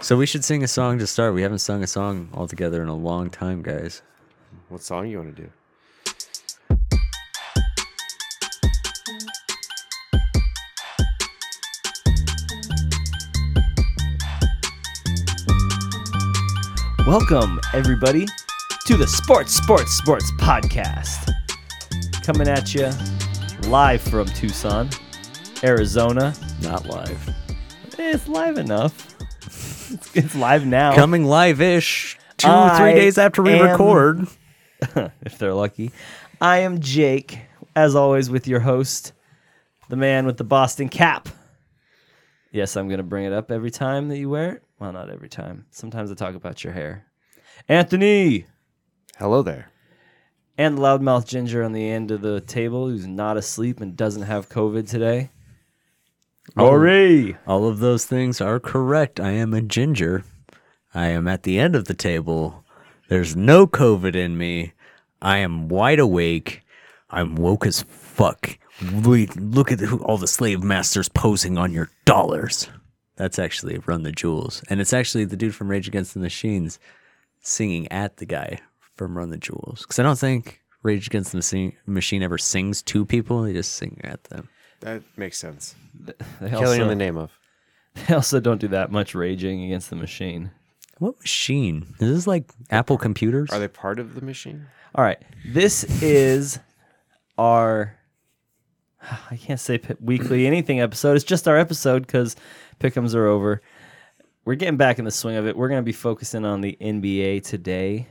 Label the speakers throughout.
Speaker 1: So we should sing a song to start. We haven't sung a song all together in a long time, guys.
Speaker 2: What song you want to do?
Speaker 3: Welcome, everybody, to the Sports, Sports, Sports Podcast. Coming at you live from Tucson, Arizona.
Speaker 1: Not live.
Speaker 3: Eh, It's live enough. It's, it's live now.
Speaker 1: Coming live ish two,
Speaker 3: Oh. I
Speaker 1: three days after we
Speaker 3: am-
Speaker 1: record.
Speaker 3: if they're lucky. I am Jake, as always, with your host, the man with the Boston cap. Yes, I'm going to bring it up every time that you wear it. Well, not every time. Sometimes I talk about your hair. Anthony
Speaker 2: Hello there.
Speaker 3: and loudmouth Ginger on the end of the table, who's not asleep and doesn't have COVID today. Rory.
Speaker 1: All of those things are correct. I am a ginger. I am at the end of the table. There's no COVID in me. I am wide awake. I'm woke as fuck. Wait, look at who, all the slave masters posing on your dollars. That's actually Run the Jewels. And it's actually the dude from Rage Against the Machines singing at the guy from Run the Jewels. Because I don't think Rage Against the Machine- Machine ever sings to people, they just sing at them.
Speaker 2: That makes sense.
Speaker 3: They
Speaker 2: Killing in
Speaker 3: also,
Speaker 2: the name of.
Speaker 3: they also don't do that much raging against the machine.
Speaker 1: What machine? Is this like Apple computers?
Speaker 2: Are they part of the machine?
Speaker 3: All right. This is our I can't say p- weekly anything episode. It's just our episode because pickums are over. We're getting back in the swing of it. We're going to be focusing on the NBA today.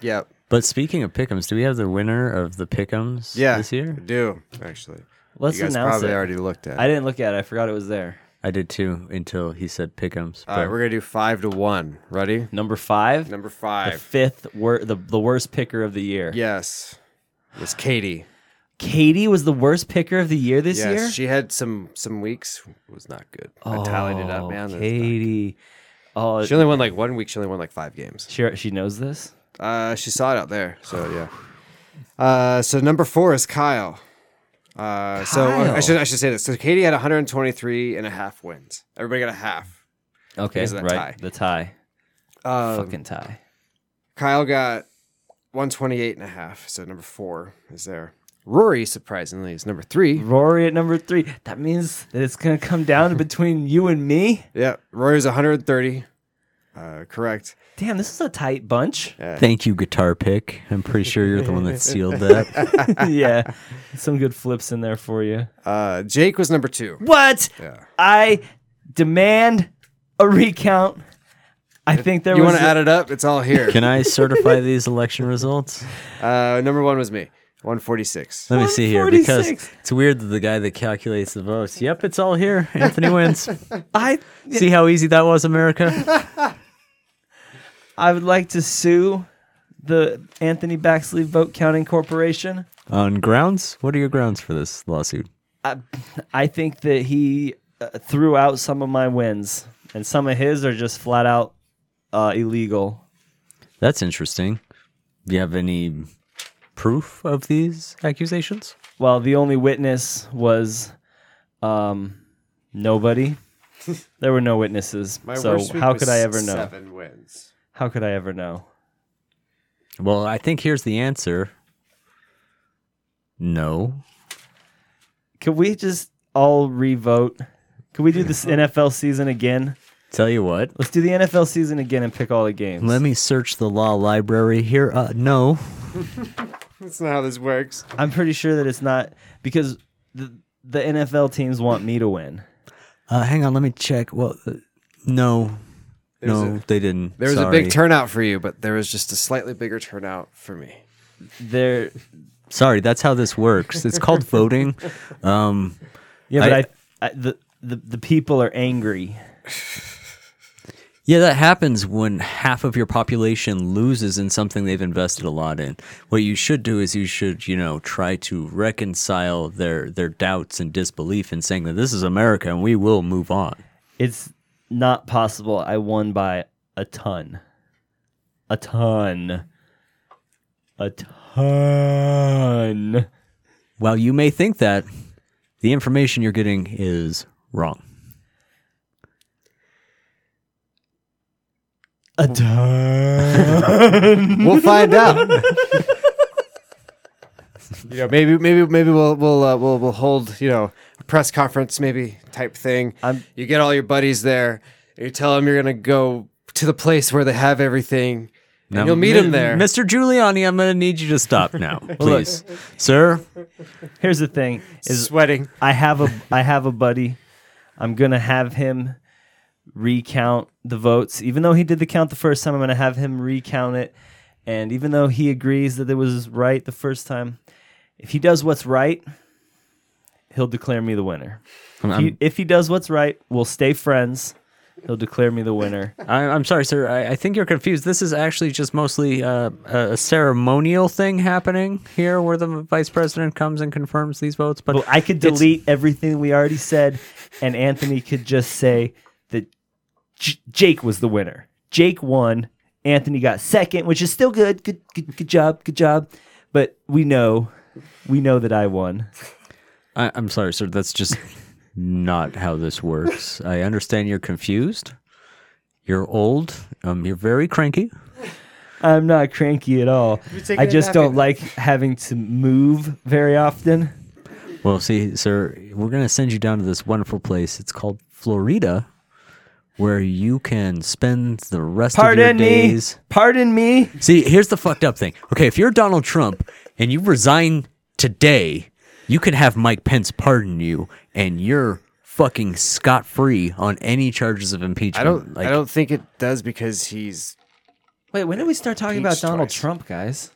Speaker 2: Yep.
Speaker 1: But speaking of pickums, do we have the winner of the pickums
Speaker 2: Yeah.
Speaker 1: this
Speaker 2: I
Speaker 1: year?
Speaker 2: do actually.
Speaker 3: Let's
Speaker 2: you guys
Speaker 3: announce
Speaker 2: probably
Speaker 3: it.
Speaker 2: already looked at.
Speaker 3: I
Speaker 2: it.
Speaker 3: didn't look at it. I forgot it was there.
Speaker 1: I did too until he said pickums.
Speaker 2: All right, we're gonna do five to one. Ready?
Speaker 3: Number 5.
Speaker 2: Number
Speaker 3: the
Speaker 2: five.
Speaker 3: fifth wor- the, the worst picker of the year.
Speaker 2: Yes. Was Katie.
Speaker 3: Katie was the worst picker of the year this
Speaker 2: yes.
Speaker 3: year.
Speaker 2: She had some some weeks. Was not good. I tallied it up,
Speaker 3: Oh,
Speaker 2: man. That's not good.
Speaker 3: Katie. Oh,
Speaker 2: She only won like one week. She only won like five games.
Speaker 3: she, she knows this.
Speaker 2: Uh, she saw it out there. So yeah. Uh, so number four is Kyle. Uh, so uh, I
Speaker 3: Kyle.
Speaker 2: should I should say this. So Katie had 123 and a half wins. Everybody got a half.
Speaker 3: Okay,
Speaker 2: Because of that
Speaker 3: right.
Speaker 2: tie.
Speaker 3: The tie.
Speaker 2: Um,
Speaker 3: Fucking tie.
Speaker 2: Kyle got 128 and a half. So number four is there. Rory surprisingly is number three.
Speaker 3: Rory at number three. That means that it's gonna come down between you and me.
Speaker 2: Yeah, Rory's 130. Uh, correct.
Speaker 3: Damn, this is a tight bunch.
Speaker 1: Thank you, guitar pick. I'm pretty sure you're the one that sealed that.
Speaker 3: yeah, some good flips in there for you.
Speaker 2: Uh, Jake was number two.
Speaker 3: What?
Speaker 2: Yeah.
Speaker 3: I demand a recount. I think there
Speaker 2: You
Speaker 3: was.
Speaker 2: want to add it up? It's all here.
Speaker 1: Can I certify these election results?
Speaker 2: Uh, number one was me, 146.
Speaker 1: Let me see here because
Speaker 3: 146.
Speaker 1: it's weird that the guy that calculates the votes. Yep, it's all here. Anthony wins.
Speaker 3: I
Speaker 1: See how easy that was, America?
Speaker 3: I would like to sue the Anthony Baxley Vote Counting Corporation.
Speaker 1: On grounds? What are your grounds for this lawsuit?
Speaker 3: I, I think that he uh, threw out some of my wins, and some of his are just flat out uh, illegal.
Speaker 1: That's interesting. Do you have any proof of these accusations?
Speaker 3: Well, the only witness was um, nobody. there were no witnesses. so how could I ever know?
Speaker 2: Seven wins.
Speaker 3: How could I ever know?
Speaker 1: Well, I think here's the answer. No.
Speaker 3: Could we just all re-vote? Could we do this NFL season again?
Speaker 1: Tell you what.
Speaker 3: Let's do the NFL season again and pick all the games.
Speaker 1: Let me search the law library here. Uh, no.
Speaker 2: That's not how this works.
Speaker 3: I'm pretty sure that it's not because the, the NFL teams want me to win.
Speaker 1: Uh, hang on. Let me check. Well, uh, no.
Speaker 2: was
Speaker 1: no, they didn't.
Speaker 2: There was a
Speaker 1: Sorry.
Speaker 2: big turnout for you, but there was just a slightly bigger turnout for me.
Speaker 3: They're
Speaker 1: Sorry, that's how this works. It's called voting. Um,
Speaker 3: yeah, but
Speaker 1: I-
Speaker 3: I, I, the, the the people are angry.
Speaker 1: Yeah, that happens when half of your population loses in something they've invested a lot in. What you should do is you should, you know, try to reconcile their their doubts and disbelief in saying that this is America and we will move on.
Speaker 3: It's not possible. I won by a ton. A ton. A ton.
Speaker 1: While you may think that, the information you're getting is wrong.
Speaker 3: A ton.
Speaker 2: We'll find out. you know, maybe maybe maybe we'll we'll uh, we'll we'll hold you know a press conference maybe type thing.
Speaker 3: I'm-
Speaker 2: you get all your buddies there. And you tell them you're gonna go to the place where they have everything, and
Speaker 1: Now,
Speaker 2: you'll meet
Speaker 1: Mi-
Speaker 2: them there.
Speaker 1: Mr. Giuliani, I'm going to need you to stop now, please. Sir,
Speaker 3: Here's the thing: is
Speaker 2: sweating.
Speaker 3: I have a I have a buddy. I'm gonna have him recount the votes, even though he did the count the first time. I'm gonna have him recount it, and even though he agrees that it was right the first time, if he does what's right, he'll declare me the winner. If he,
Speaker 1: I'm,
Speaker 3: if he does what's right, we'll stay friends. He'll declare me the winner.
Speaker 1: I- I'm sorry, sir. I, I think you're confused. This is actually just mostly uh, a ceremonial thing happening here where the vice president comes and confirms these votes. But
Speaker 3: Well, I could
Speaker 1: It's-
Speaker 3: delete everything we already said, and Anthony could just say that J- Jake was the winner. Jake won. Anthony got second, which is still good. Good, good, good job. Good job. But we know, we know that I won.
Speaker 1: I, I'm sorry, sir. That's just not how this works. I understand you're confused. You're old. Um, you're very cranky.
Speaker 3: I'm not cranky at all.
Speaker 2: taking
Speaker 3: I
Speaker 2: a
Speaker 3: just
Speaker 2: nap
Speaker 3: don't
Speaker 2: in-
Speaker 3: like having to move very often.
Speaker 1: Well, see, sir, we're gonna send you down to this wonderful place. It's called Florida, where you can spend the rest
Speaker 3: Pardon
Speaker 1: of your
Speaker 3: me.
Speaker 1: days.
Speaker 3: Pardon me.
Speaker 1: See, here's the fucked up thing. Okay, if you're Donald Trump and you resign today, you can have Mike Pence pardon you, and you're fucking scot free on any charges of impeachment.
Speaker 2: I don't I don't think it does because he's.
Speaker 3: Wait, when did we start talking
Speaker 2: Impeached
Speaker 3: about Donald
Speaker 2: twice.
Speaker 3: Trump, guys?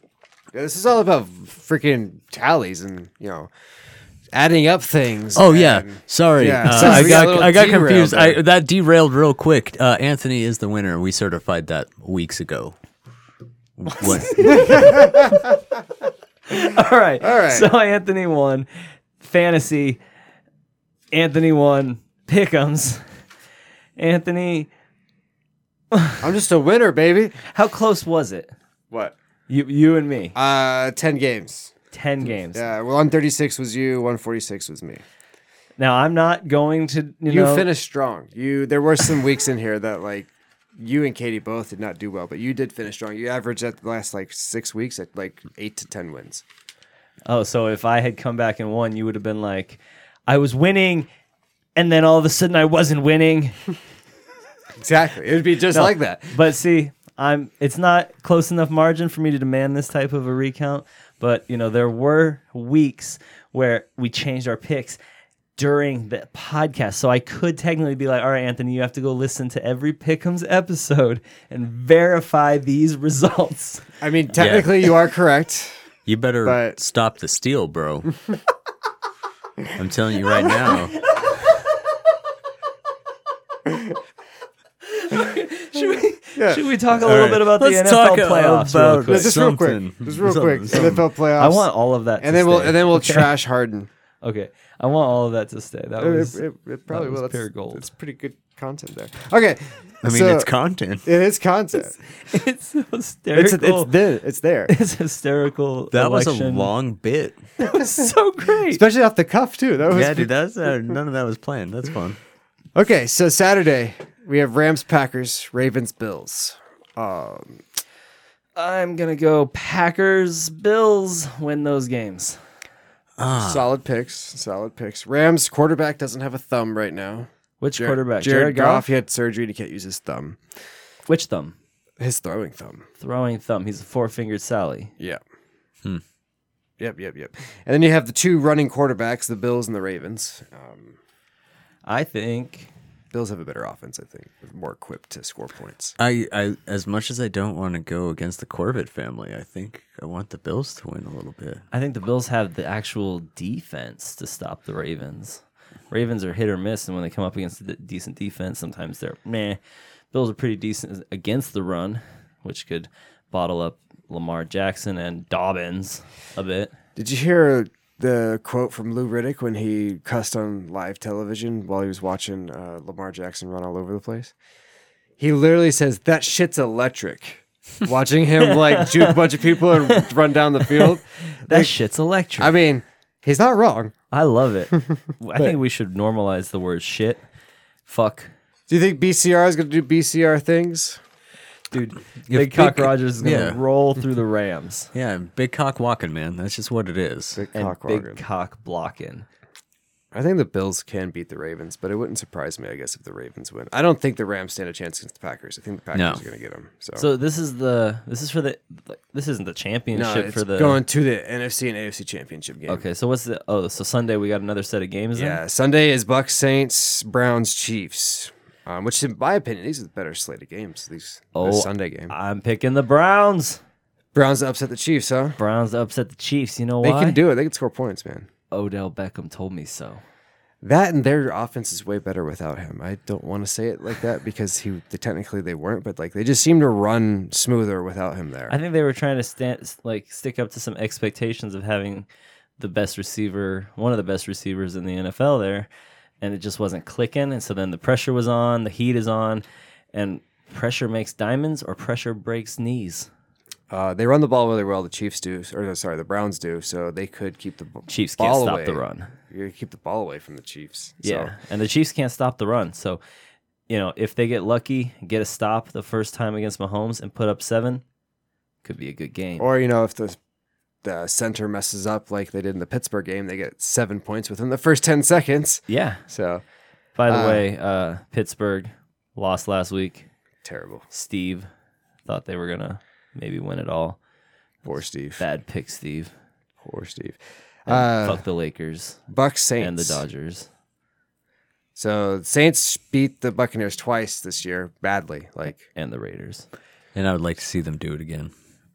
Speaker 2: This is all about freaking tallies and you know adding up things.
Speaker 1: Oh yeah,
Speaker 2: and-
Speaker 1: sorry,
Speaker 2: yeah,
Speaker 1: Uh,
Speaker 2: so
Speaker 1: I
Speaker 2: we got a
Speaker 1: got
Speaker 2: little
Speaker 1: I got
Speaker 2: derailed
Speaker 1: confused. I,
Speaker 2: there.
Speaker 1: that derailed real quick. Uh, Anthony is the winner. We certified that weeks ago. What?
Speaker 3: All right. All
Speaker 2: right.
Speaker 3: So Anthony won. Fantasy. Anthony won. Pickums. Anthony,
Speaker 2: I'm just a winner, baby.
Speaker 3: how close was it?
Speaker 2: What?
Speaker 3: You, you and me.
Speaker 2: Uh, ten games.
Speaker 3: Ten games.
Speaker 2: Yeah, well, 136 was you, 146 was me.
Speaker 3: Now I'm not going to you,
Speaker 2: You
Speaker 3: know.
Speaker 2: finished strong. You there were some weeks in here that like you and Katie both did not do well, but you did finish strong. You averaged at the last like six weeks at like eight to ten wins.
Speaker 3: Oh, so if I had come back and won, you would have been like, I was winning, and then all of a sudden I wasn't winning.
Speaker 2: Exactly, it would be just like that.
Speaker 3: But see, I'm it's not close enough margin for me to demand this type of a recount. But you know, there were weeks where we changed our picks during the podcast. So I could technically be like, all right, Anthony, you have to go listen to every Pickums episode and verify these results.
Speaker 2: I mean, technically, you are correct.
Speaker 1: You better
Speaker 2: But-
Speaker 1: stop the steal, bro. I'm telling you right now.
Speaker 3: should we
Speaker 2: Yeah.
Speaker 3: should we talk a little bit about the
Speaker 1: Let's
Speaker 3: NFL
Speaker 1: talk
Speaker 3: playoffs real
Speaker 1: about-
Speaker 3: quick?
Speaker 2: Just real quick,
Speaker 1: Something.
Speaker 2: just real quick,
Speaker 1: Something.
Speaker 2: NFL playoffs.
Speaker 3: I want all of that
Speaker 2: and
Speaker 3: to
Speaker 2: then we'll
Speaker 3: stay.
Speaker 2: and then we'll trash Harden.
Speaker 3: Okay. I want all of that to stay. That was
Speaker 2: it, it- it probably
Speaker 3: that was
Speaker 2: will. That's,
Speaker 3: pure gold.
Speaker 2: that's pretty good content there. Okay,
Speaker 1: I mean,
Speaker 2: so-
Speaker 1: it's content.
Speaker 2: it is content.
Speaker 3: it's so
Speaker 2: It's it's,
Speaker 3: hysterical.
Speaker 2: there. It's there,
Speaker 3: It's hysterical.
Speaker 1: That was a
Speaker 3: election.
Speaker 1: long bit.
Speaker 3: so great.
Speaker 2: especially off the cuff too. That was
Speaker 1: Yeah, dude. That's uh, none of that was planned. That's fun.
Speaker 2: Okay, so Saturday we have Rams, Packers, Ravens, Bills. Um,
Speaker 3: I'm gonna go Packers, Bills, win those games.
Speaker 1: Ah.
Speaker 2: Solid picks, solid picks. Rams quarterback doesn't have a thumb right now.
Speaker 3: Which
Speaker 2: Jar-
Speaker 3: quarterback?
Speaker 2: Jared, Goff. He had surgery and he can't use his thumb,
Speaker 3: Which thumb?
Speaker 2: his throwing thumb.
Speaker 3: Throwing thumb. He's a four fingered Sally.
Speaker 2: Yeah.
Speaker 1: Hmm.
Speaker 2: Yep, yep, yep. And then you have the two running quarterbacks, the Bills and the Ravens. Um,
Speaker 3: I think.
Speaker 2: Bills have a better offense, I think, more equipped to score points.
Speaker 1: I, I, as much as I don't want to go against the Corbett family, I think I want the Bills to win a little bit.
Speaker 3: I think the Bills have the actual defense to stop the Ravens. Ravens are hit or miss, and when they come up against a de- decent defense, sometimes they're meh. Bills are pretty decent against the run, which could bottle up Lamar Jackson and Dobbins a bit.
Speaker 2: Did you hear the quote from Lou Riddick when he cussed on live television while he was watching uh, Lamar Jackson run all over the place? He literally says, That shit's electric. Watching him like juke a bunch of people and run down the field.
Speaker 3: That shit's electric.
Speaker 2: I mean, he's not wrong.
Speaker 3: I love it. I think we should normalize the word shit. Fuck.
Speaker 2: Do you think BCR is going to do BCR things?
Speaker 3: Dude,
Speaker 1: Big
Speaker 3: Big Cock
Speaker 1: Cock-
Speaker 3: Rogers is going to
Speaker 1: yeah.
Speaker 3: roll through the Rams
Speaker 1: Yeah, big cock walking, man. That's just what it is.
Speaker 2: Big
Speaker 3: and
Speaker 2: cock
Speaker 3: Big
Speaker 2: wagon.
Speaker 3: Cock blocking.
Speaker 2: I think the Bills can beat the Ravens, but it wouldn't surprise me, I guess, if the Ravens win. I don't think the Rams stand a chance against the Packers. I think the Packers
Speaker 1: No.
Speaker 2: are going to get them. So,
Speaker 3: So this is the this is for the this isn't the
Speaker 2: no,
Speaker 3: championship
Speaker 2: it's
Speaker 3: for the
Speaker 2: going to the NFC and AFC championship game.
Speaker 3: Okay, so what's the oh so Sunday we got another set of games. then?
Speaker 2: Yeah, Sunday is Bucks, Saints, Browns, Chiefs. Um, which, in my opinion, these are the better slate of games. These
Speaker 3: Oh,
Speaker 2: this Sunday game.
Speaker 3: I'm picking the Browns.
Speaker 2: Browns upset the Chiefs, huh?
Speaker 3: Browns upset the Chiefs. You know
Speaker 2: They
Speaker 3: why?
Speaker 2: can do it. They can score points, man.
Speaker 3: Odell Beckham told me so.
Speaker 2: That and their offense is way better without him. I don't want to say it like that because he they, technically they weren't, but like they just seem to run smoother without him there.
Speaker 3: I think they were trying to stand like stick up to some expectations of having the best receiver, one of the best receivers in the NFL there, and it just wasn't clicking. And so then the pressure was on, the heat is on, and pressure makes diamonds or pressure breaks knees.
Speaker 2: Uh, they run the ball really well. The Chiefs do, or no, sorry, the Browns do. So they could keep the b-
Speaker 3: Chiefs can't
Speaker 2: ball
Speaker 3: stop
Speaker 2: away.
Speaker 3: the run.
Speaker 2: You could keep the ball away from the Chiefs. So,
Speaker 3: Yeah, and the Chiefs can't stop the run. So, you know, if they get lucky, get a stop the first time against Mahomes and put up seven, could be a good game.
Speaker 2: Or you know, if the the center messes up like they did in the Pittsburgh game, they get seven points within the first ten seconds.
Speaker 3: yeah.
Speaker 2: So
Speaker 3: By the
Speaker 2: Uh,
Speaker 3: way, uh, Pittsburgh lost last week.
Speaker 2: terrible.
Speaker 3: Steve thought they were gonna maybe win it all.
Speaker 2: Poor Steve.
Speaker 3: Bad pick, Steve.
Speaker 2: Poor Steve.
Speaker 3: And
Speaker 2: Uh,
Speaker 3: fuck the Lakers
Speaker 2: Bucks Saints
Speaker 3: and the Dodgers.
Speaker 2: So the Saints beat the Buccaneers twice this year, badly. Like
Speaker 3: And the Raiders.
Speaker 1: And I would like to see them do it again.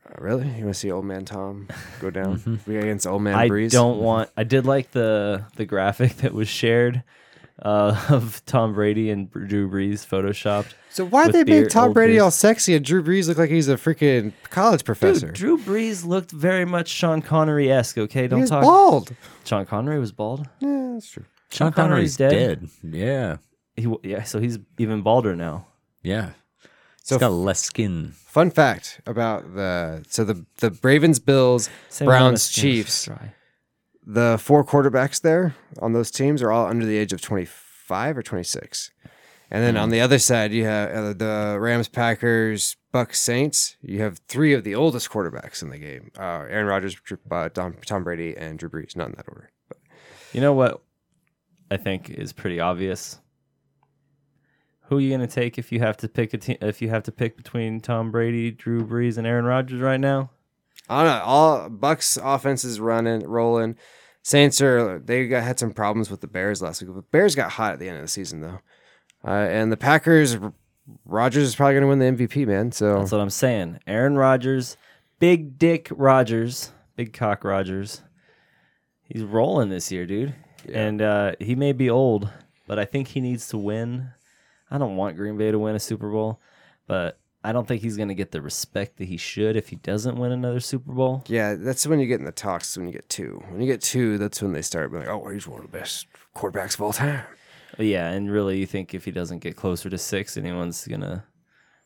Speaker 2: uh, really, you want to see Old Man Tom go down We against Old Man
Speaker 3: Mhm. I
Speaker 2: Breeze?
Speaker 3: don't want. I did like the the graphic that was shared uh, of Tom Brady and Drew Brees photoshopped.
Speaker 2: So why
Speaker 3: with
Speaker 2: they
Speaker 3: beard-
Speaker 2: make Tom
Speaker 3: old
Speaker 2: Brady
Speaker 3: beards.
Speaker 2: all sexy and Drew Brees look like he's a freaking college professor?
Speaker 3: Dude, Drew Brees looked very much Sean Connery esque. Okay, don't
Speaker 2: he's
Speaker 3: talk.
Speaker 2: bald.
Speaker 3: Sean Connery was bald.
Speaker 2: Yeah, that's true.
Speaker 1: Sean Connery's dead. Yeah.
Speaker 3: He w- yeah, so he's even balder now.
Speaker 1: Yeah.
Speaker 2: So
Speaker 1: It's got less skin.
Speaker 2: fun fact about the so the the Ravens, Bills,
Speaker 3: Same amount of
Speaker 2: Browns,
Speaker 3: skin, it's
Speaker 2: Chiefs.
Speaker 3: just dry.
Speaker 2: The four quarterbacks there on those teams are all under the age of twenty five or twenty six. And then on the other side, you have uh, the Rams, Packers, Bucks, Saints. You have three of the oldest quarterbacks in the game: uh, Aaron Rodgers, Drew- uh, Tom, Tom Brady, and Drew Brees. Not in that order.
Speaker 3: You know what? I think is pretty obvious. Who are you gonna take if you have to pick a te- if you have to pick between Tom Brady, Drew Brees, and Aaron Rodgers right now?
Speaker 2: I don't know. All Bucks offense is running, rolling. Saints are they got had some problems with the Bears last week. But Bears got hot at the end of the season though, uh, and the Packers. Rodgers is probably going to win the MVP, man. So
Speaker 3: That's what I'm saying. Aaron Rodgers, Big Dick Rodgers, Big Cock Rodgers. He's rolling this year, dude. And uh, he may be old, but I think he needs to win. I don't want Green Bay to win a Super Bowl, but I don't think he's going to get the respect that he should if he doesn't win another Super Bowl.
Speaker 2: yeah, that's when you get in the talks. When you get two, when you get two, that's when they start being like, "Oh, he's one of the best quarterbacks of all time."
Speaker 3: But yeah, and really, you think if he doesn't get closer to six, anyone's gonna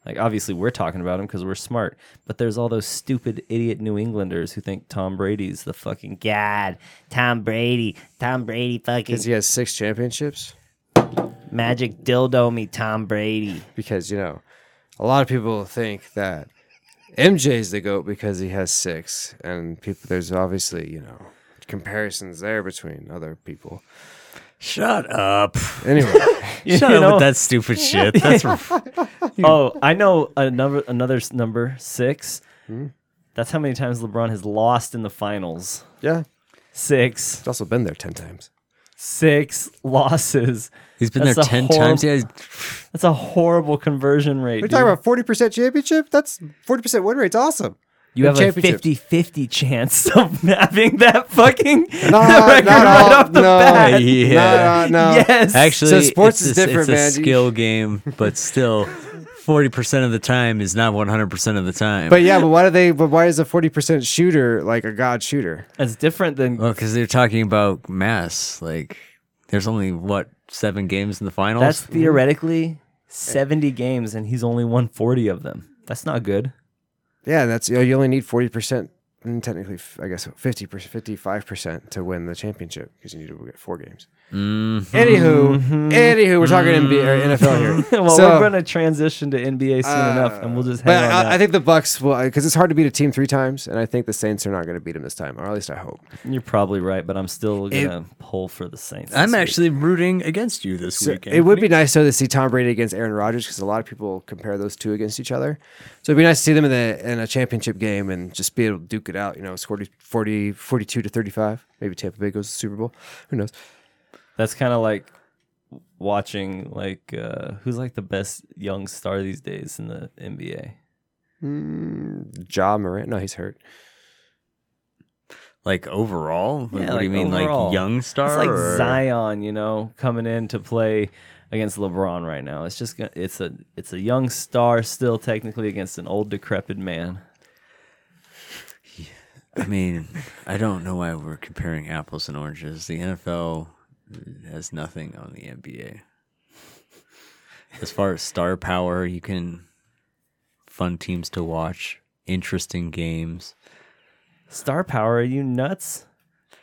Speaker 3: like? Obviously, we're talking about him because we're smart, but there's all those stupid idiot New Englanders who think Tom Brady's the fucking god. Tom Brady, Tom Brady, fucking
Speaker 2: Because he has six championships.
Speaker 3: magic dildo me, Tom Brady.
Speaker 2: Because you know, a lot of people think that MJ's the goat because he has six, and people there's obviously you know comparisons there between other people.
Speaker 1: Shut up.
Speaker 2: Anyway,
Speaker 3: You
Speaker 1: Shut up
Speaker 3: know?
Speaker 1: with that stupid shit. That's r-
Speaker 3: Oh, I know another another s- number six.
Speaker 1: Hmm?
Speaker 3: That's how many times LeBron has lost in the finals.
Speaker 2: yeah,
Speaker 3: Six,
Speaker 2: it's also been there ten times.
Speaker 3: six losses.
Speaker 1: he's been
Speaker 3: That's
Speaker 1: there
Speaker 3: a
Speaker 1: ten
Speaker 3: horrible-
Speaker 1: times. Yeah, he's-
Speaker 3: That's a horrible conversion rate.
Speaker 2: We're
Speaker 3: dude.
Speaker 2: talking about forty percent championship. That's forty percent win rate's awesome.
Speaker 3: You have a
Speaker 2: championship.
Speaker 3: 50 50 chance of having that fucking
Speaker 2: No,
Speaker 3: record
Speaker 2: not
Speaker 3: right
Speaker 2: all-
Speaker 3: off the
Speaker 2: no.
Speaker 3: bat.
Speaker 1: Yeah.
Speaker 2: No, no, no.
Speaker 3: Yes.
Speaker 1: Actually,
Speaker 2: So sports
Speaker 1: it's
Speaker 2: is
Speaker 1: a, it's
Speaker 2: different,
Speaker 1: a
Speaker 2: man. You-
Speaker 1: skill game, but still, forty percent of the time is not one hundred percent of the time.
Speaker 2: But yeah, but why do they? But why is a forty percent shooter like a god shooter?
Speaker 3: It's different than
Speaker 1: well, because they're talking about mass. Like, there's only what seven games in the finals.
Speaker 3: that's theoretically 70 games and he's only won 40 of them. That's not good.
Speaker 2: Yeah, that's you, know, you only need forty percent and technically, f- I guess 50 55 percent to win the championship because you need to get four games.
Speaker 3: Mm-hmm.
Speaker 2: Anywho, anywho, we're talking NBA or NFL here.
Speaker 3: well,
Speaker 2: So- Uh,
Speaker 3: we're going to transition to NBA soon enough, and we'll just hang
Speaker 2: but
Speaker 3: on.
Speaker 2: I, I
Speaker 3: that.
Speaker 2: think the Bucks will because it's hard to beat a team three times, and I think the Saints are not going to beat them this time, or at least I hope.
Speaker 3: You're probably right, but I'm still gonna pull for the Saints.
Speaker 1: I'm
Speaker 3: this week.
Speaker 1: actually rooting against you this
Speaker 2: So
Speaker 1: weekend.
Speaker 2: it would be nice though to see Tom Brady against Aaron Rodgers because a lot of people compare those two against each other. So it'd be nice to see them in a in a championship game and just be able to duke it out. You know, score 40, 42 to thirty five. Maybe Tampa Bay goes to the Super Bowl. Who knows?
Speaker 3: that's kind of like watching like uh, who's like the best young star these days in the NBA.
Speaker 2: Mm, ja Morant? No, he's hurt.
Speaker 1: like overall. Like,
Speaker 3: Yeah,
Speaker 1: what do you
Speaker 3: like,
Speaker 1: mean,
Speaker 3: overall.
Speaker 1: like young star?
Speaker 3: It's like
Speaker 1: or-
Speaker 3: Zion, you know, coming in to play against LeBron right now. It's just gonna, it's a it's a young star still technically against an old decrepit man.
Speaker 1: I mean, I don't know why we're comparing apples and oranges. The NFL has nothing on the NBA. As far as star power, you can fun teams to watch, interesting games.
Speaker 3: Star power, are you nuts?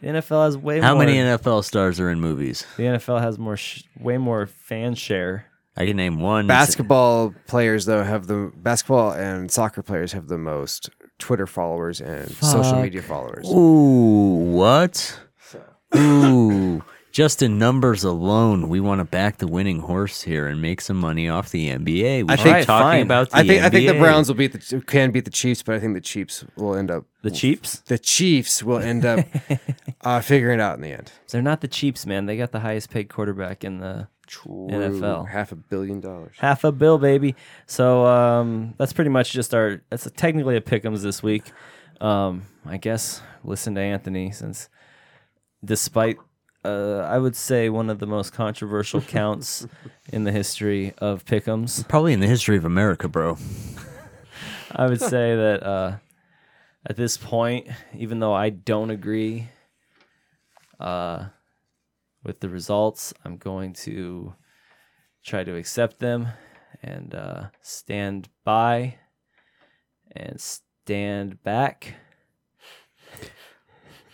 Speaker 3: The NFL has way
Speaker 1: How
Speaker 3: more.
Speaker 1: many NFL stars are in movies?
Speaker 3: the NFL has more sh- way more fan share.
Speaker 1: I can name one.
Speaker 2: Basketball players though have the basketball and soccer players have the most Twitter followers and social media followers.
Speaker 1: Ooh, what? Ooh, just in numbers alone, we want to back the winning horse here and make some money off the NBA. We
Speaker 2: I
Speaker 1: should
Speaker 2: think-
Speaker 1: be talking
Speaker 3: fine.
Speaker 1: about the
Speaker 2: I think I think the
Speaker 1: NBA.
Speaker 2: Browns will beat the can beat the Chiefs, but I think the Chiefs will end up
Speaker 3: The Cheaps?
Speaker 2: the Chiefs will end up uh, figuring it out in the end.
Speaker 3: They're not the Cheaps, man. They got the highest paid quarterback in the
Speaker 2: True.
Speaker 3: NFL.
Speaker 2: half a billion dollars.
Speaker 3: half a bill, baby. So um, that's pretty much just our. That's technically a pickums this week. Um, I guess listen to Anthony since, despite, uh, I would say one of the most controversial counts in the history of pickums.
Speaker 1: Probably in the history of America, bro.
Speaker 3: I would say that uh, at this point, even though I don't agree uh, with the results, I'm going to try to accept them and uh, stand by and stand back.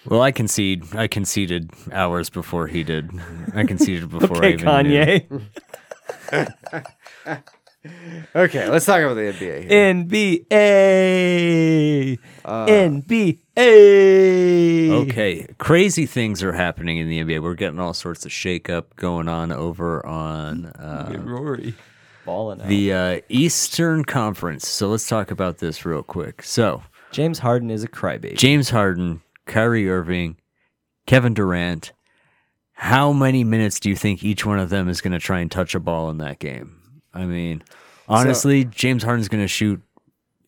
Speaker 1: Well, I concede. I conceded hours before he did. I conceded before I
Speaker 3: Okay,
Speaker 1: even knew.
Speaker 3: Kanye.
Speaker 2: Okay, let's talk about the NBA. Here.
Speaker 3: NBA. NBA.
Speaker 1: Uh. Okay, crazy things are happening in the NBA. We're getting all sorts of shakeup going on over on uh,
Speaker 3: Rory. Balling out.
Speaker 1: the uh, Eastern Conference. So let's talk about this real quick. So
Speaker 3: James Harden is a crybaby.
Speaker 1: James Harden, Kyrie Irving, Kevin Durant. How many minutes do you think each one of them is going to try and touch a ball in that game? I mean, honestly, James Harden's going to shoot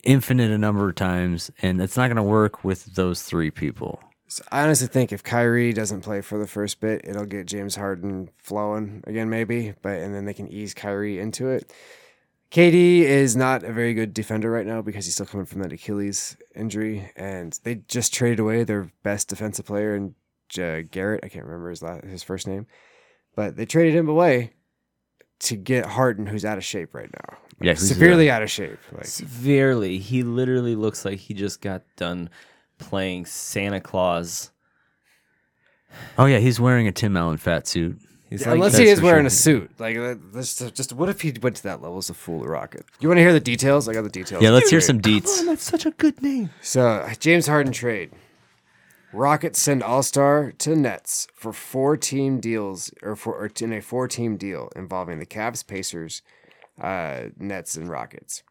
Speaker 1: infinite a number of times, and it's not going to work with those three people.
Speaker 2: So I honestly think if Kyrie doesn't play for the first bit, it'll get James Harden flowing again, maybe. But and then they can ease Kyrie into it. KD is not a very good defender right now because he's still coming from that Achilles injury, and they just traded away their best defensive player and J- Garrett. I can't remember his last, his first name, but they traded him away to get Harden, who's out of shape right now,
Speaker 1: Yeah, who's uh,
Speaker 2: severely out of shape. Like
Speaker 3: severely. He literally looks like he just got done playing Santa Claus.
Speaker 1: Oh yeah, he's wearing a Tim Allen fat suit.
Speaker 3: He's
Speaker 2: Yeah,
Speaker 3: like,
Speaker 2: unless
Speaker 1: that's
Speaker 2: he is
Speaker 1: for
Speaker 2: wearing
Speaker 1: sure.
Speaker 2: a suit. Like, that- that's just, just what if he went to that level as a fool to rocket? You want to hear the details? I got the details.
Speaker 1: Yeah, let's hear some deets.
Speaker 3: Oh, that's such a good name.
Speaker 2: So, James Harden trade. Rockets send All Star to Nets for four team deals, or for or in a four team deal involving the Cavs, Pacers, uh, Nets, and Rockets.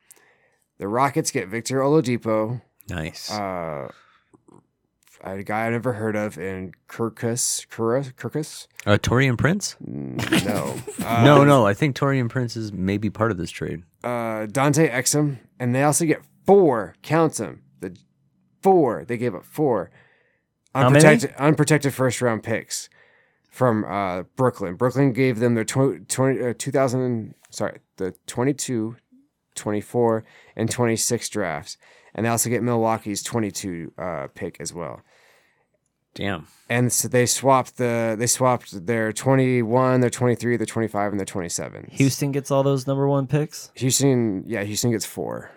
Speaker 2: The Rockets get Victor Oladipo,
Speaker 1: Nice.
Speaker 2: uh, a guy I've never heard of, and Kirkus, Kura, Kirkus.
Speaker 1: Uh, Torian Prince?
Speaker 2: No, uh,
Speaker 1: no, no. I think Torian Prince is maybe part of this trade.
Speaker 2: uh, Dante Exum, and they also get four. Counts them. The four they gave up four
Speaker 3: How many?
Speaker 2: unprotected unprotected first round picks from uh, Brooklyn. Brooklyn gave them their 20, 20, uh, 2000 sorry the 22, 24, and 26 drafts, and they also get Milwaukee's 22 uh, pick as well.
Speaker 1: Damn.
Speaker 2: And so they swapped the they swapped their 21, their 23, their 25, and their 27.
Speaker 3: Houston gets all those number one picks.
Speaker 2: Houston, yeah, Houston gets four.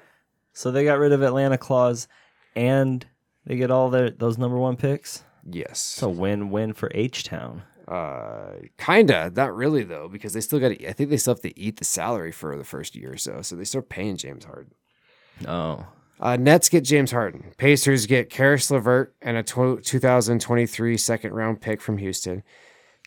Speaker 3: So they got rid of Atlanta Claus and They get all their those number one picks.
Speaker 2: Yes.
Speaker 3: It's a win-win for H Town.
Speaker 2: Uh, kinda, not really though, because they still got to. I think they still have to eat the salary for the first year or so. So they start paying James Harden.
Speaker 3: Oh,
Speaker 2: Uh, Nets get James Harden. Pacers get Karis LeVert and a tw- 2023 second round pick from Houston.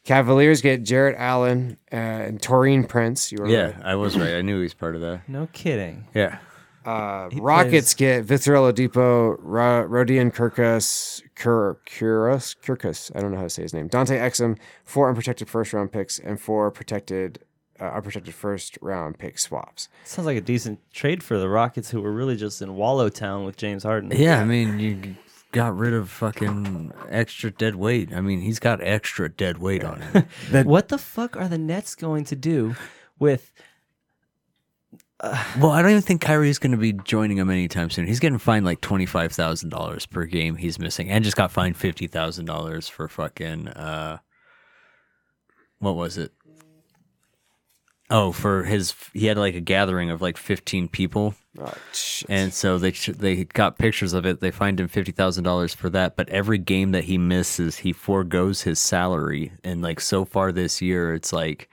Speaker 2: Cavaliers get Jarrett Allen uh, and Toreen Prince. You were
Speaker 1: Yeah, I was right. I knew he was part of that.
Speaker 3: no kidding.
Speaker 1: Yeah.
Speaker 2: right. Uh, Rockets get Victor Oladipo, Ro- Rodian Kirkus, Kur- Kuros, Kirkus. I don't know how to say his name. Dante Exum, four unprotected first round picks and four protected uh, unprotected first round pick swaps.
Speaker 3: Sounds like a decent trade for the Rockets, who were really just in Wallow Town with James Harden.
Speaker 1: Yeah, I mean, you got rid of fucking extra dead weight. I mean, he's got extra dead weight on him.
Speaker 3: What the fuck are the Nets going to do with? uh,
Speaker 1: well, I don't even think Kyrie's going to be joining him anytime soon. He's getting fined like $25,000 per game he's missing and just got fined $50,000 for fucking uh what was it? Oh, for his he had like a gathering of like 15 people
Speaker 2: Oh, shit.
Speaker 1: And so they sh- they got pictures of it. They fined him fifty thousand dollars for that. But every game that he misses, he foregoes his salary. And like so far this year, it's like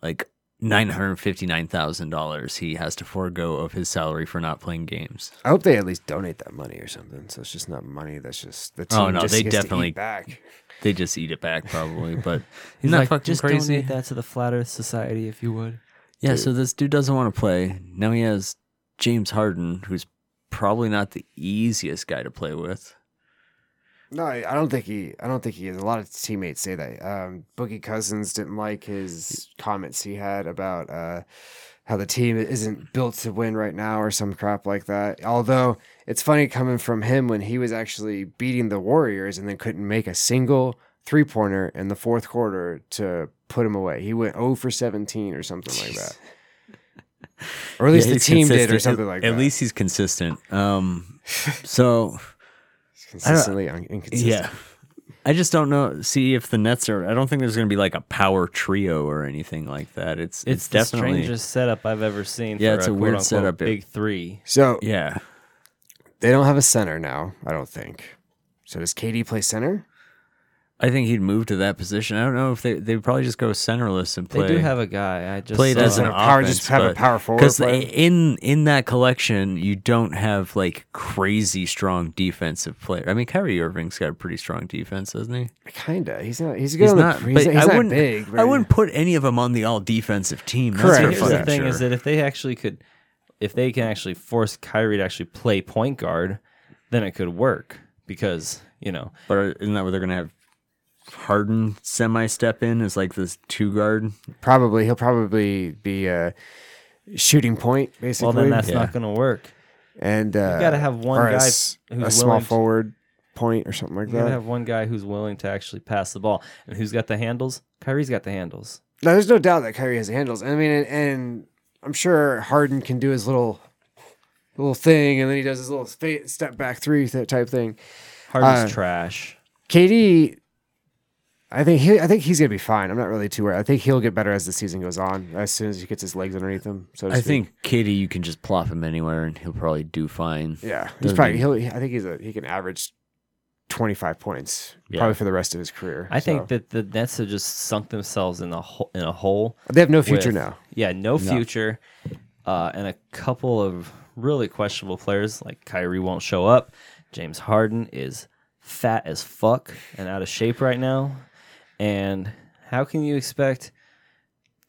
Speaker 1: like nine hundred fifty nine thousand dollars he has to forego of his salary for not playing games.
Speaker 2: I hope they at least donate that money or something. So it's just not money. That's just the team.
Speaker 1: Oh, no,
Speaker 2: just
Speaker 1: they
Speaker 2: gets to eat
Speaker 1: definitely-
Speaker 2: back.
Speaker 1: They just eat it back probably. But
Speaker 3: He's
Speaker 1: isn't that
Speaker 3: like,
Speaker 1: fucking
Speaker 3: just
Speaker 1: crazy?
Speaker 3: donate that to the Flat Earth Society if you would.
Speaker 1: Yeah. So this dude doesn't want to play. Now he has James Harden, who's probably not the easiest guy to play with.
Speaker 2: No, I I don't think he. I don't think he is. A lot of teammates say that. Um, Boogie Cousins didn't like his comments he had about uh, how the team isn't built to win right now or some crap like that. Although it's funny coming from him when he was actually beating the Warriors and then couldn't make a single three pointer in the fourth quarter to put him away. He went 0 for 17 or something like that. Or at least
Speaker 1: Yeah,
Speaker 2: the
Speaker 1: he's
Speaker 2: team did or
Speaker 1: consistent.
Speaker 2: something
Speaker 1: At-
Speaker 2: like
Speaker 1: at
Speaker 2: that.
Speaker 1: least he's consistent. Um, so
Speaker 2: He's consistently un- inconsistent.
Speaker 1: yeah, I just don't know. See if the Nets are. I don't think there's going to be like a power trio or anything like that. It's it's,
Speaker 3: the
Speaker 1: definitely
Speaker 3: strangest setup I've ever seen.
Speaker 1: Yeah,
Speaker 3: for
Speaker 1: it's a
Speaker 3: quote,
Speaker 1: weird
Speaker 3: unquote
Speaker 1: setup.
Speaker 3: Big three.
Speaker 2: So
Speaker 1: yeah.
Speaker 2: They don't have a center now, I don't think. So does KD play center?
Speaker 1: I think he'd move to that position. I don't know if they they probably just go centerless and play.
Speaker 3: They do have a guy. I just
Speaker 1: played
Speaker 3: saw
Speaker 1: as an
Speaker 2: a power-
Speaker 1: offense,
Speaker 2: just have a power forward
Speaker 1: Because
Speaker 2: player?
Speaker 1: in in that collection, you don't have like crazy strong defensive player. I mean, Kyrie Irving's got a pretty strong defense, doesn't he?
Speaker 2: Kinda. He's not. He's good
Speaker 1: He's
Speaker 2: on the.
Speaker 1: not,
Speaker 2: he's,
Speaker 1: but
Speaker 2: he's
Speaker 1: I
Speaker 2: not
Speaker 1: wouldn't.
Speaker 2: big.
Speaker 1: I
Speaker 2: but-
Speaker 1: wouldn't put any of them on the all defensive team. That's
Speaker 2: Correct.
Speaker 1: for
Speaker 3: Here's the
Speaker 1: fucking
Speaker 3: thing:
Speaker 1: sure.
Speaker 3: is that if they actually could, if they can actually force Kyrie to actually play point guard, then it could work because you know
Speaker 1: but are- isn't that what they're gonna have? Harden semi step in is like this two guard.
Speaker 2: Probably he'll probably be a shooting point
Speaker 3: Well,
Speaker 2: basically.
Speaker 3: then that's
Speaker 1: Yeah.
Speaker 3: not going to work.
Speaker 2: and uh,
Speaker 3: gotta have one
Speaker 2: or a
Speaker 3: guy
Speaker 2: s-
Speaker 3: who's
Speaker 2: a small
Speaker 3: willing to-
Speaker 2: forward point or something like
Speaker 3: You gotta
Speaker 2: that.
Speaker 3: have one guy who's willing to actually pass the ball, and who's got the handles? Kyrie's got the handles.
Speaker 2: No, there's no doubt that Kyrie has the handles. I mean, and, and I'm sure Harden can do his little little thing, and then he does his little fa- step back three th- type thing.
Speaker 3: Harden's
Speaker 2: Uh,
Speaker 3: trash.
Speaker 2: KD, I think he, I think he's gonna be fine. I'm not really too worried. I think he'll get better as the season goes on. As soon as he gets his legs underneath him, so to
Speaker 1: I
Speaker 2: speak.
Speaker 1: think Katie, you can just plop him anywhere and he'll probably do fine.
Speaker 2: Yeah, he's
Speaker 1: Doesn't
Speaker 2: probably.
Speaker 1: mean-
Speaker 2: He'll. I think he's a. He can average 25 points
Speaker 1: Yeah.
Speaker 2: probably for the rest of his career.
Speaker 3: I think
Speaker 2: so.
Speaker 3: that the Nets have just sunk themselves in a hole, in a hole.
Speaker 2: they have no future
Speaker 3: with-
Speaker 2: now.
Speaker 3: Yeah, no future, uh, and a couple of really questionable players like Kyrie won't show up. James Harden is fat as fuck and out of shape right now. And how can you expect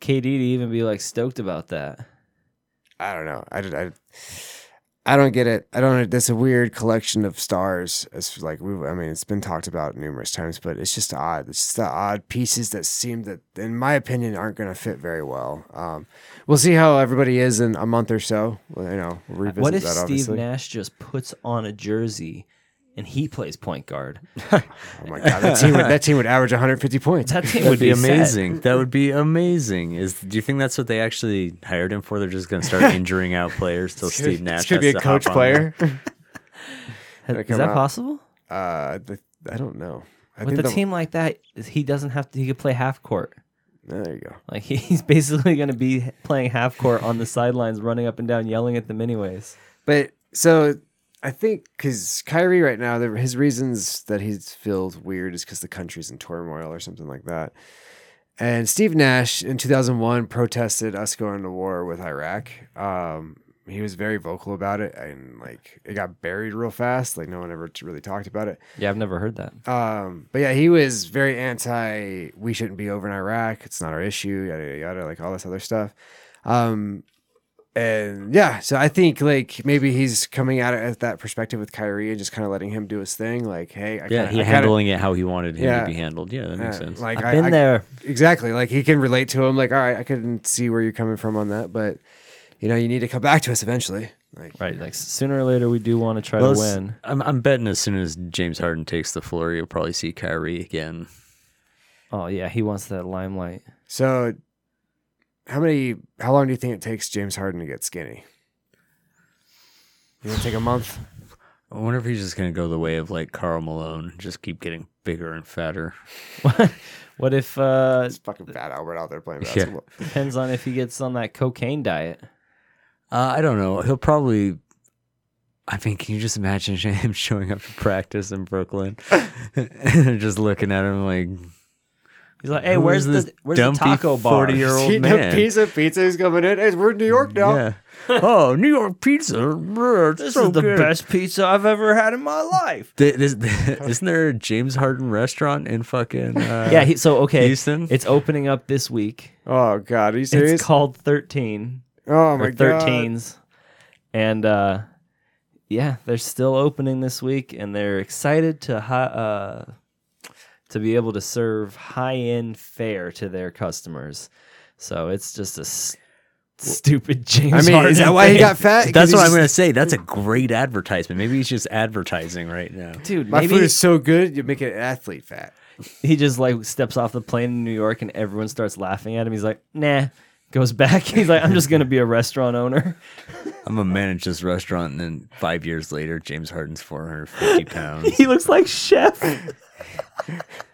Speaker 3: KD to even be like stoked about that?
Speaker 2: I don't know. I did. I, I don't get it. I don't. That's a weird collection of stars. It's like we. I mean, it's been talked about numerous times, but it's just odd. It's just the odd pieces that seem that, in my opinion, aren't going to fit very well. Um, we'll see how everybody is in a month or so. Well, you know, we'll revisit
Speaker 3: What if
Speaker 2: that.
Speaker 3: Steve
Speaker 2: obviously.
Speaker 3: Nash just puts on a jersey and he plays point guard?
Speaker 2: oh my god, that team would that team would average 150 points.
Speaker 3: That team
Speaker 1: That would be
Speaker 3: set.
Speaker 1: amazing. That would be amazing. Is do you think that's what they actually hired him for? They're just going to start injuring out players till Steve Nash
Speaker 2: This could be
Speaker 1: has
Speaker 2: a
Speaker 1: to hop
Speaker 2: coach
Speaker 1: on
Speaker 2: player.
Speaker 3: Ha-
Speaker 2: Gotta
Speaker 3: Is
Speaker 2: come
Speaker 3: that
Speaker 2: out.
Speaker 3: possible?
Speaker 2: Uh, th- I don't know. I
Speaker 3: With
Speaker 2: think
Speaker 3: a
Speaker 2: the-
Speaker 3: team like that, he doesn't have to. He could play half court.
Speaker 2: There you go.
Speaker 3: Like he's basically going to be playing half court on the sidelines, running up and down, yelling at them anyways.
Speaker 2: But so I think because Kyrie right now, the, his reasons that he feels weird is because the country's in turmoil or something like that. And Steve Nash in 2001 protested us going to war with Iraq. Um, he was very vocal about it, and like it got buried real fast. Like no one ever t- really talked about it.
Speaker 3: Yeah, I've never heard that.
Speaker 2: Um, but yeah, he was very anti. We shouldn't be over in Iraq. It's not our issue. Yada yada yada. Like all this other stuff. Um, and yeah, so I think like maybe he's coming at it at that perspective with Kyrie and just kind of letting him do his thing. Like, hey, I
Speaker 1: Yeah,
Speaker 2: kinda,
Speaker 1: he
Speaker 2: I kinda-
Speaker 1: handling it how he wanted him
Speaker 2: Yeah.
Speaker 1: to be handled. Yeah, that makes
Speaker 2: uh,
Speaker 1: sense.
Speaker 2: Like
Speaker 3: I've
Speaker 2: I-
Speaker 3: been
Speaker 2: I-
Speaker 3: there.
Speaker 2: Exactly. Like he can relate to him. Like, all right, I can see where you're coming from on that, but you know, you need to come back to us eventually. Like,
Speaker 3: Right, like sooner or later we do want to try
Speaker 1: Well,
Speaker 3: to
Speaker 1: it's-
Speaker 3: win.
Speaker 1: I'm, I'm betting as soon as James Harden takes the floor, you'll probably see Kyrie again.
Speaker 3: Oh yeah, he wants that limelight.
Speaker 2: so how many? How long do you think it takes James Harden to get skinny? You gonna take a month?
Speaker 1: I wonder if he's just gonna go the way of like Carl Malone, just keep getting bigger and fatter.
Speaker 3: what if uh
Speaker 2: It's fucking bad Albert out there playing basketball.
Speaker 3: depends on if he gets on that cocaine diet.
Speaker 1: Uh, I don't know. He'll probably. I mean, can you just imagine him showing up to practice in Brooklyn and just looking at him like,
Speaker 3: He's like, "Hey,
Speaker 1: Who
Speaker 3: where's
Speaker 1: is this
Speaker 3: the where's the
Speaker 1: dumpy
Speaker 3: taco bar?"
Speaker 1: 40-year-old?
Speaker 2: Eating a
Speaker 1: man.
Speaker 2: piece of pizza. He's coming in. Hey, we're in New York now.
Speaker 1: yeah, oh, New York pizza, brr, it's
Speaker 3: This
Speaker 1: so
Speaker 3: is the
Speaker 1: good."
Speaker 3: best pizza I've ever had in my life.
Speaker 1: Th- this- isn't there a James Harden restaurant in fucking uh,
Speaker 3: yeah, he, so okay,
Speaker 1: Houston?
Speaker 3: it's opening up this week.
Speaker 2: Oh God, are you serious?
Speaker 3: It's called 13
Speaker 2: oh my
Speaker 3: or 13s. And uh yeah, they're still opening this week and they're excited to hi- uh to be able to serve high-end fare to their customers. So it's just a s- stupid James
Speaker 2: God. I mean,
Speaker 3: Harden
Speaker 2: is that why Uh, he
Speaker 3: thing.
Speaker 2: got fat?
Speaker 1: That's what I'm
Speaker 2: gonna.
Speaker 1: gonna say. That's a great advertisement. Maybe he's just advertising right now.
Speaker 3: Dude,
Speaker 2: My
Speaker 3: maybe
Speaker 2: food is so good, you make an athlete fat.
Speaker 3: he just like steps off the plane in New York and everyone starts laughing at him. He's like, "Nah." Goes back. He's like, "I'm just going to be a restaurant owner."
Speaker 1: I'm gonna manage this restaurant, and then five years later, James Harden's 450 pounds.
Speaker 3: he looks like chef.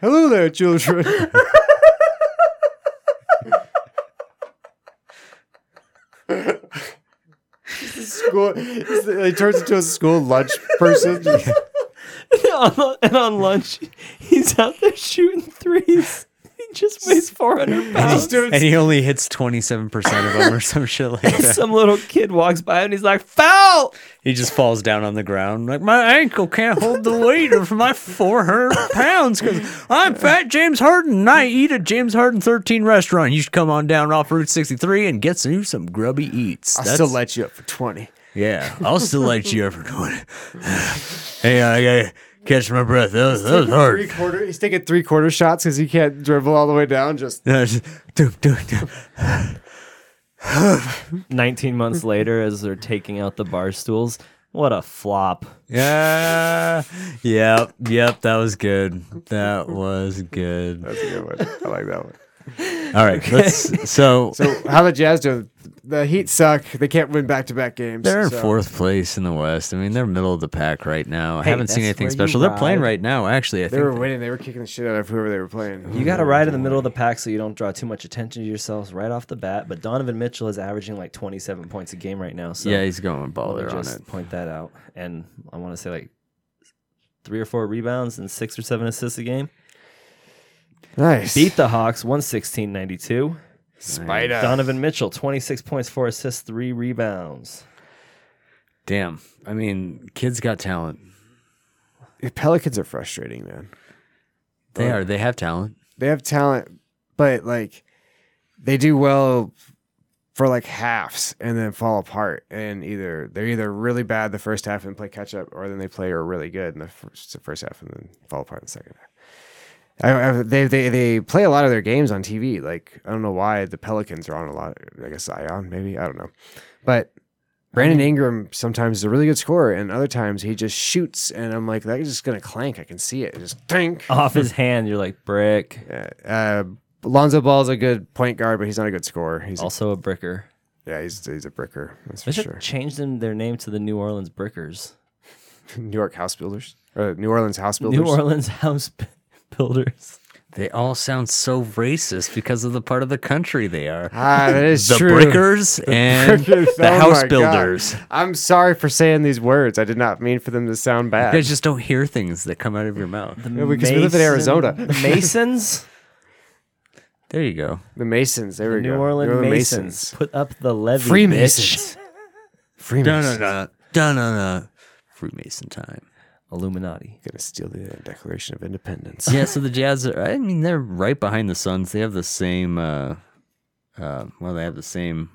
Speaker 2: Hello there, children. school. He turns into a school lunch person.
Speaker 3: and on lunch, he's out there shooting threes. He just weighs 400 pounds.
Speaker 1: and he only hits 27 percent of them, or some shit like that.
Speaker 3: Some little kid walks by and he's like, foul!
Speaker 1: He just falls down on the ground, like my ankle can't hold the weight of my 400 pounds because I'm fat James Harden. and I eat at James Harden 13 restaurant. You should come on down off Route 63 and get you some grubby eats.
Speaker 2: I'll
Speaker 1: That's-
Speaker 2: still light you up for twenty.
Speaker 1: Yeah, I'll still let you ever do it. hey, I gotta catch my breath. That was, that was
Speaker 2: Three
Speaker 1: hard.
Speaker 2: quarter. He's taking three quarter shots because he can't dribble all the way down. Just
Speaker 1: That was- do, do, do.
Speaker 3: 19 months later, as they're taking out the bar stools, what a flop.
Speaker 1: Yeah, yep, yep. That was good. That was good.
Speaker 2: that's a good one. I like that one.
Speaker 1: All right, let's, so
Speaker 2: So how the Jazz doing? The Heat suck. They can't win back to back games.
Speaker 1: They're in
Speaker 2: so-
Speaker 1: fourth place in the West. I mean, they're middle of the pack right now. I haven't seen
Speaker 3: that's
Speaker 1: anything
Speaker 3: where you
Speaker 1: special. They're playing
Speaker 3: ride.
Speaker 1: right now, actually. I
Speaker 2: They were
Speaker 1: think.
Speaker 2: winning. They were kicking the shit out of whoever they were playing.
Speaker 3: You got to ride in the middle of the pack so you don't draw too much attention to yourselves right off the bat. But Donovan Mitchell is averaging like 27 points a game right now. So
Speaker 1: yeah, he's going
Speaker 3: let me
Speaker 1: baller on
Speaker 3: just
Speaker 1: it.
Speaker 3: point that out. And I want to say like three or four rebounds and six or seven assists a game.
Speaker 2: nice.
Speaker 3: beat the Hawks 116 92.
Speaker 2: Spider.
Speaker 3: Donovan Mitchell, 26 points, four assists, three rebounds.
Speaker 1: Damn. I mean, kids got talent.
Speaker 2: The Pelicans are frustrating, man.
Speaker 1: They are. They have talent.
Speaker 2: They have talent, but like they do well for like halves and then fall apart. And either they're either really bad the first half and play catch up, or then they play are really good in the first, the first half and then fall apart in the second half. I, I, they, they they play a lot of their games on TV. Like I don't know why the Pelicans are on a lot. I guess Zion maybe I don't know, but Brandon Ingram sometimes is a really good scorer, and other times he just shoots, and I'm like that's just gonna clank. I can see it. Just think.
Speaker 3: Off his hand, you're like, brick.
Speaker 2: uh, Lonzo Ball's a good point guard, but he's not a good scorer. He's
Speaker 3: Also a bricker.
Speaker 2: yeah, he's he's a bricker. That's
Speaker 3: They
Speaker 2: for
Speaker 3: should
Speaker 2: sure.
Speaker 3: change them, their name to the New Orleans Brickers.
Speaker 2: New York house builders or New Orleans house builders.
Speaker 3: New Orleans House Builders.
Speaker 1: They all sound so racist because of the part of the country they are.
Speaker 2: Ah, that is
Speaker 1: the
Speaker 2: true.
Speaker 1: brickers and
Speaker 2: Brickers,
Speaker 1: the
Speaker 2: oh
Speaker 1: house
Speaker 2: my God.
Speaker 1: builders.
Speaker 2: I'm sorry for saying these words. I did not mean for them to sound
Speaker 1: You
Speaker 2: bad.
Speaker 1: guys just don't hear things that come out of your mouth.
Speaker 2: Yeah, because we live in Arizona.
Speaker 3: The Masons?
Speaker 1: There you go.
Speaker 2: the Masons. There we go.
Speaker 3: New Orleans
Speaker 2: Orleans
Speaker 3: Masons. Put up the levy.
Speaker 2: Freemasons.
Speaker 3: bitch.
Speaker 1: Dun dun
Speaker 2: Freemasons.
Speaker 1: dun dun dun. dun. Freemason time.
Speaker 3: Illuminati.
Speaker 2: Gonna steal the Declaration of Independence.
Speaker 1: Yeah, so the Jazz are, I mean, they're right behind the Suns. They have the same, uh, uh, well, they have the same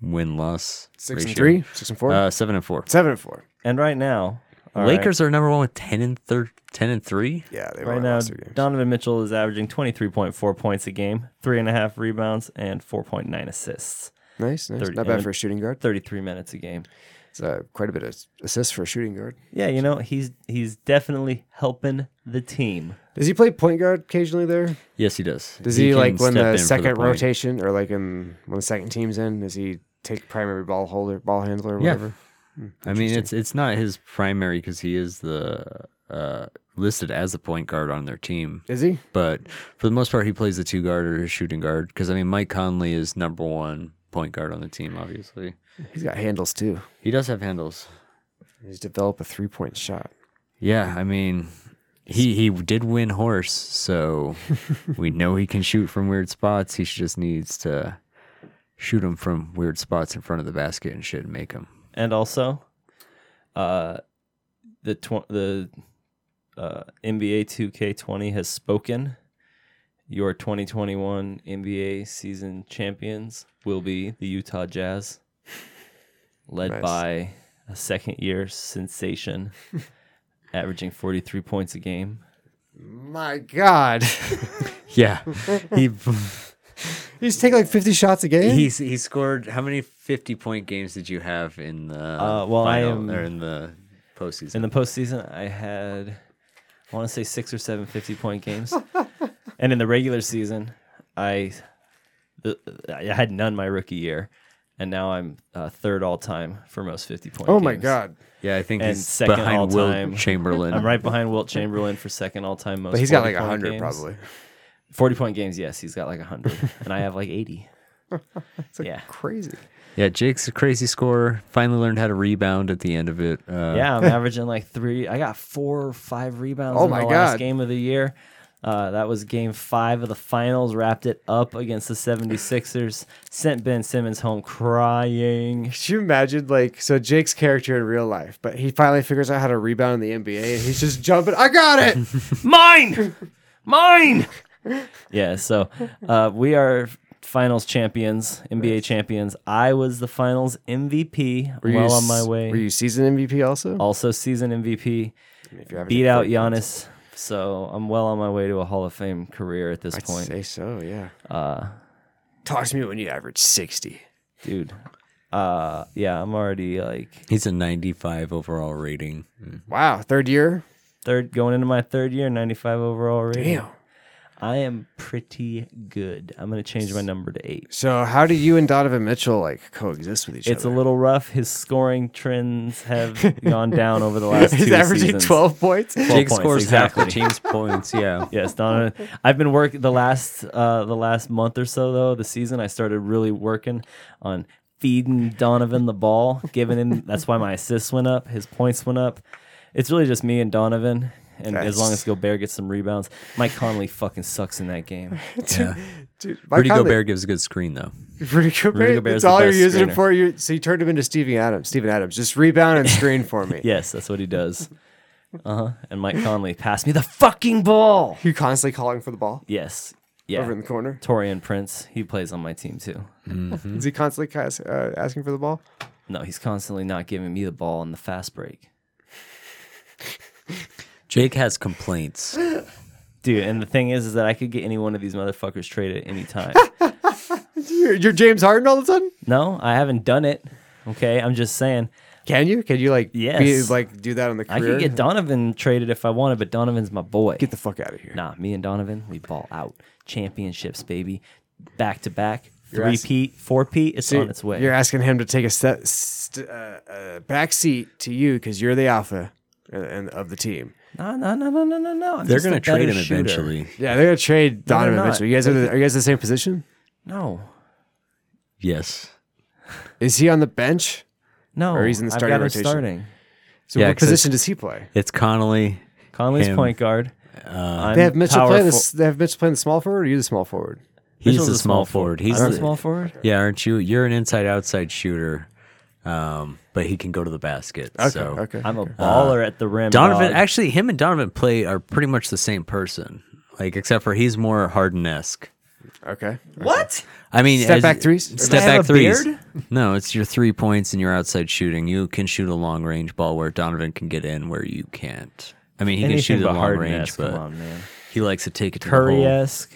Speaker 1: win loss.
Speaker 2: Six and
Speaker 1: ratio.
Speaker 2: three. Six and four.
Speaker 1: Uh, seven and four.
Speaker 2: Seven and four.
Speaker 3: And right now, all right,
Speaker 1: Lakers are number one with 10 and, thir- 10 and three.
Speaker 2: Yeah, they
Speaker 3: Right
Speaker 2: won
Speaker 3: now,
Speaker 2: last three games.
Speaker 3: Donovan Mitchell is averaging 23.4 points a game, three and a half rebounds, and 4.9 assists.
Speaker 2: Nice, nice.
Speaker 3: 30
Speaker 2: Not bad
Speaker 3: and-
Speaker 2: for a shooting guard.
Speaker 3: 33 minutes a game.
Speaker 2: It's uh, quite a bit of assists for a shooting guard.
Speaker 3: Yeah, you know, he's he's definitely helping the team.
Speaker 2: Does he play point guard occasionally there?
Speaker 1: Yes, he does.
Speaker 2: Does he,
Speaker 1: can
Speaker 2: like when
Speaker 1: step in
Speaker 2: the
Speaker 1: for
Speaker 2: second
Speaker 1: point.
Speaker 2: rotation or like in when the second team's in? Does he take primary ball holder, ball handler, or
Speaker 1: Yeah.
Speaker 2: whatever?
Speaker 1: I mean, it's it's not his primary because he is the uh, listed as the point guard on their team.
Speaker 2: Is he?
Speaker 1: But for the most part, he plays the two guard or his shooting guard. Because I mean, Mike Conley is number one point guard on the team. Obviously,
Speaker 2: He's got handles too.
Speaker 1: he does have handles.
Speaker 2: He's developed a three point shot.
Speaker 1: Yeah, I mean, he he did win horse, so we know he can shoot from weird spots. He just needs to shoot him from weird spots in front of the basket and shit, and make him.
Speaker 3: And also, uh, the tw- the uh, NBA 2K20 has spoken. Your 2021 NBA season champions will be the Utah Jazz, led
Speaker 2: Nice.
Speaker 3: by a second year sensation, averaging 43 points a game.
Speaker 2: My God,
Speaker 1: Yeah, he
Speaker 2: he's taking like fifty shots a game.
Speaker 1: he he scored how many fifty point games did you have in the
Speaker 3: Uh, well, I
Speaker 1: final,
Speaker 3: am-
Speaker 1: or in the postseason?
Speaker 3: In the postseason, I had, I want to say six or seven 50 point games. and in the regular season, I, the, I had none my rookie year. And now I'm uh, third all time for most 50 point
Speaker 2: oh
Speaker 3: games.
Speaker 2: my God,
Speaker 1: yeah, I think
Speaker 3: and
Speaker 1: he's
Speaker 3: second
Speaker 1: behind
Speaker 3: all-time.
Speaker 1: Will Chamberlain.
Speaker 3: I'm right behind Wilt Chamberlain for second all time most.
Speaker 2: but he's got like
Speaker 3: 40-point
Speaker 2: hundred
Speaker 3: games.
Speaker 2: probably.
Speaker 3: 40 point games, yes. He's got like 100. and I have like 80.
Speaker 2: It's like
Speaker 3: Yeah.
Speaker 2: crazy.
Speaker 1: Yeah, Jake's a crazy scorer. Finally learned how to rebound at the end of it. Uh,
Speaker 3: Yeah, I'm averaging like three. I got four or five rebounds
Speaker 2: Oh
Speaker 3: in
Speaker 2: my
Speaker 3: the last
Speaker 2: God.
Speaker 3: game of the year. Uh, that was game five of the finals. Wrapped it up against the 76ers. Sent Ben Simmons home crying.
Speaker 2: Could you imagine like so Jake's character in real life, but he finally figures out how to rebound in the NBA, and he's just jumping. I got it.
Speaker 3: Mine! Mine! yeah, so uh, we are finals champions, NBA champions. I was the finals MVP
Speaker 2: Were you
Speaker 3: well on
Speaker 2: s-
Speaker 3: my way.
Speaker 2: Were you season MVP also?
Speaker 3: also, season MVP.
Speaker 2: If you're having
Speaker 3: Beat
Speaker 2: a
Speaker 3: out
Speaker 2: foot-
Speaker 3: Giannis. So I'm well on my way to a Hall of Fame career at this
Speaker 2: I'd
Speaker 3: point.
Speaker 2: say so. Yeah.
Speaker 3: Uh,
Speaker 2: Talk to me when you average sixty.
Speaker 3: dude. Uh, yeah, I'm already like
Speaker 1: he's a 95 overall rating.
Speaker 2: Wow, third year.
Speaker 3: third going into my third year, 95 overall rating.
Speaker 2: Damn.
Speaker 3: I am pretty good. I'm gonna change my number to eight.
Speaker 2: So how do you and Donovan Mitchell like coexist with each
Speaker 3: It's a
Speaker 2: other?
Speaker 3: little rough. His scoring trends have gone down over the last two
Speaker 2: He's averaging
Speaker 3: seasons.
Speaker 2: twelve points.
Speaker 1: Jake
Speaker 3: points,
Speaker 1: scores half the
Speaker 3: exactly.
Speaker 1: team's points. Yeah.
Speaker 3: Yes, Donna. I've been working the last uh, the last month or so though. The season I started really working on feeding Donovan the ball, giving him. that's why my assists went up, his points went up. It's really just me and Donovan, and as long as
Speaker 2: Nice.
Speaker 3: Gobert gets some rebounds, Mike Conley fucking sucks in that game.
Speaker 1: yeah.
Speaker 2: Dude, my
Speaker 1: Rudy
Speaker 2: comment-
Speaker 1: Gobert gives a good screen though.
Speaker 2: Rudy Gobert.
Speaker 3: Rudy Gobert's
Speaker 2: That's
Speaker 3: the
Speaker 2: all you're
Speaker 3: best
Speaker 2: using
Speaker 3: screener.
Speaker 2: it for. You so you turned him into Steven Adams. Steven Adams, just rebound and screen for me.
Speaker 3: Yes, that's what he does. Uh huh. And Mike Conley, pass me the fucking ball.
Speaker 2: You constantly calling for the ball
Speaker 3: Yes. Yeah.
Speaker 2: over in the corner.
Speaker 3: Torian Prince, he plays on my team too. Mm-hmm.
Speaker 2: Is he constantly ca- uh, asking for the ball?
Speaker 3: No, he's constantly not giving me the ball in the fast break.
Speaker 1: Jake has complaints.
Speaker 3: Dude, and the thing is, is that I could get any one of these motherfuckers traded at any time.
Speaker 2: You're, you're James Harden all of a sudden.
Speaker 3: no, I haven't done it. Okay, I'm just saying
Speaker 2: Can you? Can you like? Be,
Speaker 3: Yes.
Speaker 2: like do that in the
Speaker 3: I
Speaker 2: career.
Speaker 3: could get Donovan traded if I wanted, but Donovan's my boy.
Speaker 2: Get the fuck out of here.
Speaker 3: nah, me and Donovan, we ball out championships, baby, back to back,
Speaker 2: You're
Speaker 3: three peat, four peat. It's
Speaker 2: So
Speaker 3: on its way.
Speaker 2: You're asking him to take a set, st- uh, uh, back seat to you because you're the alpha. and, and of the team.
Speaker 3: No, no, no, no, no, no, no. I'm
Speaker 1: They're
Speaker 3: just a
Speaker 1: going to trade
Speaker 3: better
Speaker 1: him
Speaker 3: shooter.
Speaker 1: eventually.
Speaker 2: Yeah, they're gonna trade
Speaker 3: No, they're
Speaker 2: Donovan
Speaker 3: not.
Speaker 2: eventually. You guys are, the, are you guys the same position?
Speaker 3: No,
Speaker 1: Yes.
Speaker 2: Is he on the bench?
Speaker 3: no.
Speaker 2: Or he's in the starting
Speaker 3: I've got him
Speaker 2: rotation.
Speaker 3: starting.
Speaker 2: So
Speaker 1: Yeah,
Speaker 2: what
Speaker 1: 'cause
Speaker 2: position does he play?
Speaker 1: It's Connolly.
Speaker 3: Conley's
Speaker 1: Him.
Speaker 3: point guard. Uh,
Speaker 2: They have Mitchell playing the, s- they have Mitchell playing the small forward. Or you the small forward.
Speaker 1: He's a small forward. He's
Speaker 3: a
Speaker 1: the-
Speaker 3: small forward.
Speaker 1: Yeah, aren't you? You're an inside outside shooter, um, but he can go to the basket.
Speaker 2: Okay,
Speaker 1: so.
Speaker 2: okay.
Speaker 3: I'm a baller at the rim.
Speaker 1: Donovan,
Speaker 3: dog.
Speaker 1: actually, him and Donovan play are pretty much the same person, like except for he's more Harden esque.
Speaker 2: okay.
Speaker 3: what?
Speaker 1: I mean,
Speaker 2: Step
Speaker 1: as-
Speaker 2: back threes?
Speaker 1: Step
Speaker 3: I have
Speaker 1: back
Speaker 3: a
Speaker 1: threes.
Speaker 3: beard?
Speaker 1: No, it's your three points and your outside shooting. You can shoot a long range ball where Donovan can get in, where you can't. I mean, he
Speaker 3: Anything
Speaker 1: can shoot a
Speaker 3: but
Speaker 1: long
Speaker 3: Harden
Speaker 1: range,
Speaker 3: esque,
Speaker 1: but
Speaker 3: come on, man.
Speaker 1: he likes to take it to
Speaker 3: Curry
Speaker 1: the hole.
Speaker 3: esque.